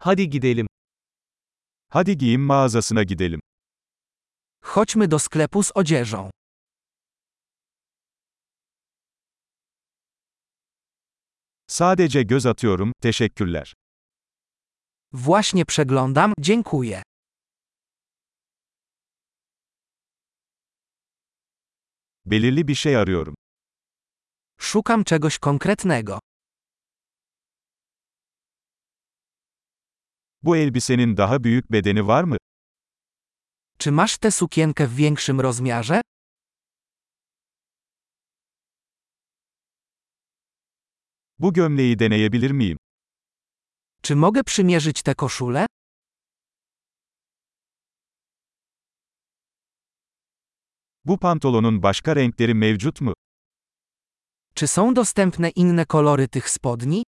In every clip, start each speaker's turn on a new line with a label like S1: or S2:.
S1: Hadi gidelim.
S2: Hadi giyim mağazasına gidelim.
S3: Chodźmy do sklepu z odzieżą.
S2: Sadece göz atıyorum, teşekkürler.
S3: Właśnie przeglądam, dziękuję.
S2: Belirli bir şey arıyorum.
S3: Szukam czegoś konkretnego.
S2: Bu elbisenin daha büyük bedeni var mı?
S3: Czy masz tę sukienkę w większym rozmiarze?
S2: Bu gömleği deneyebilir miyim?
S3: Czy mogę przymierzyć tę koszulę?
S2: Bu pantolonun başka renkleri mevcut mu?
S3: Czy są dostępne inne kolory tych spodni?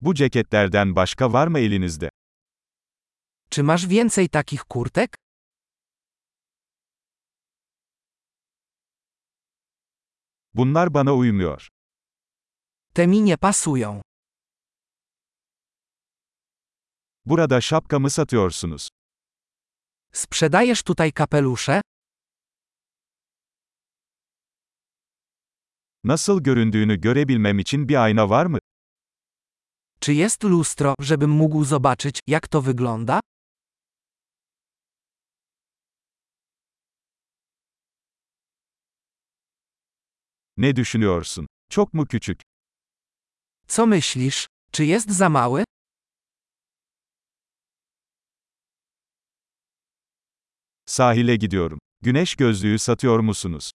S2: Bu ceketlerden başka var mı elinizde?
S3: Czy masz więcej takich kurtek?
S2: Bunlar bana uymuyor.
S3: Te mi nie pasują.
S2: Burada şapkamı satıyorsunuz.
S3: Sprzedajesz tutaj kapelusze?
S2: Nasıl göründüğünü görebilmem için bir ayna var mı?
S3: Czy jest lustro, żebym mógł zobaczyć, jak to wygląda?
S2: Ne düşünüyorsun? Çok mu küçük?
S3: Co myślisz? Czy jest za mały?
S2: Sahile gidiyorum. Güneş gözlüğü satıyor musunuz?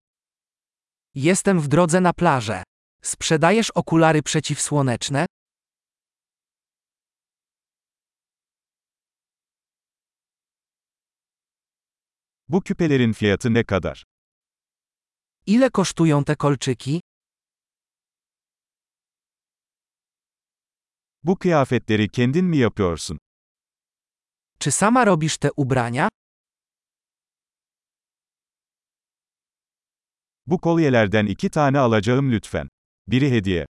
S3: Jestem w drodze na plażę. Sprzedajesz okulary przeciwsłoneczne?
S2: Bu küpelerin fiyatı ne kadar?
S3: Ile kosztują te kolczyki?
S2: Bu kıyafetleri kendin mi yapıyorsun?
S3: Czy sama robisz te ubrania?
S2: Bu kolyelerden iki tane alacağım lütfen. Biri hediye.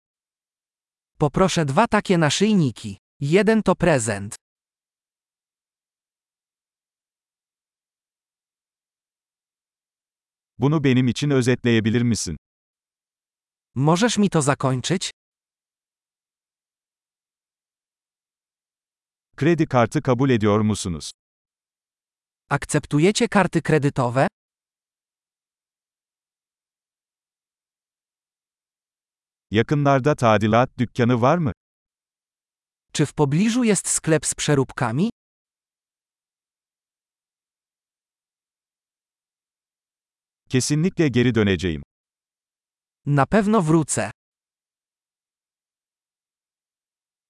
S3: Poproszę dwa takie naszyjniki. Jeden to prezent.
S2: Bunu benim için özetleyebilir misin?
S3: Możesz mi to zakończyć?
S2: Kredi kartı kabul ediyor musunuz?
S3: Akceptujecie karty kredytowe?
S2: Yakınlarda tadilat dükkanı var mı?
S3: Czy w pobliżu jest sklep z przeróbkami?
S2: Kesinlikle geri döneceğim.
S3: Na pewno wrócę.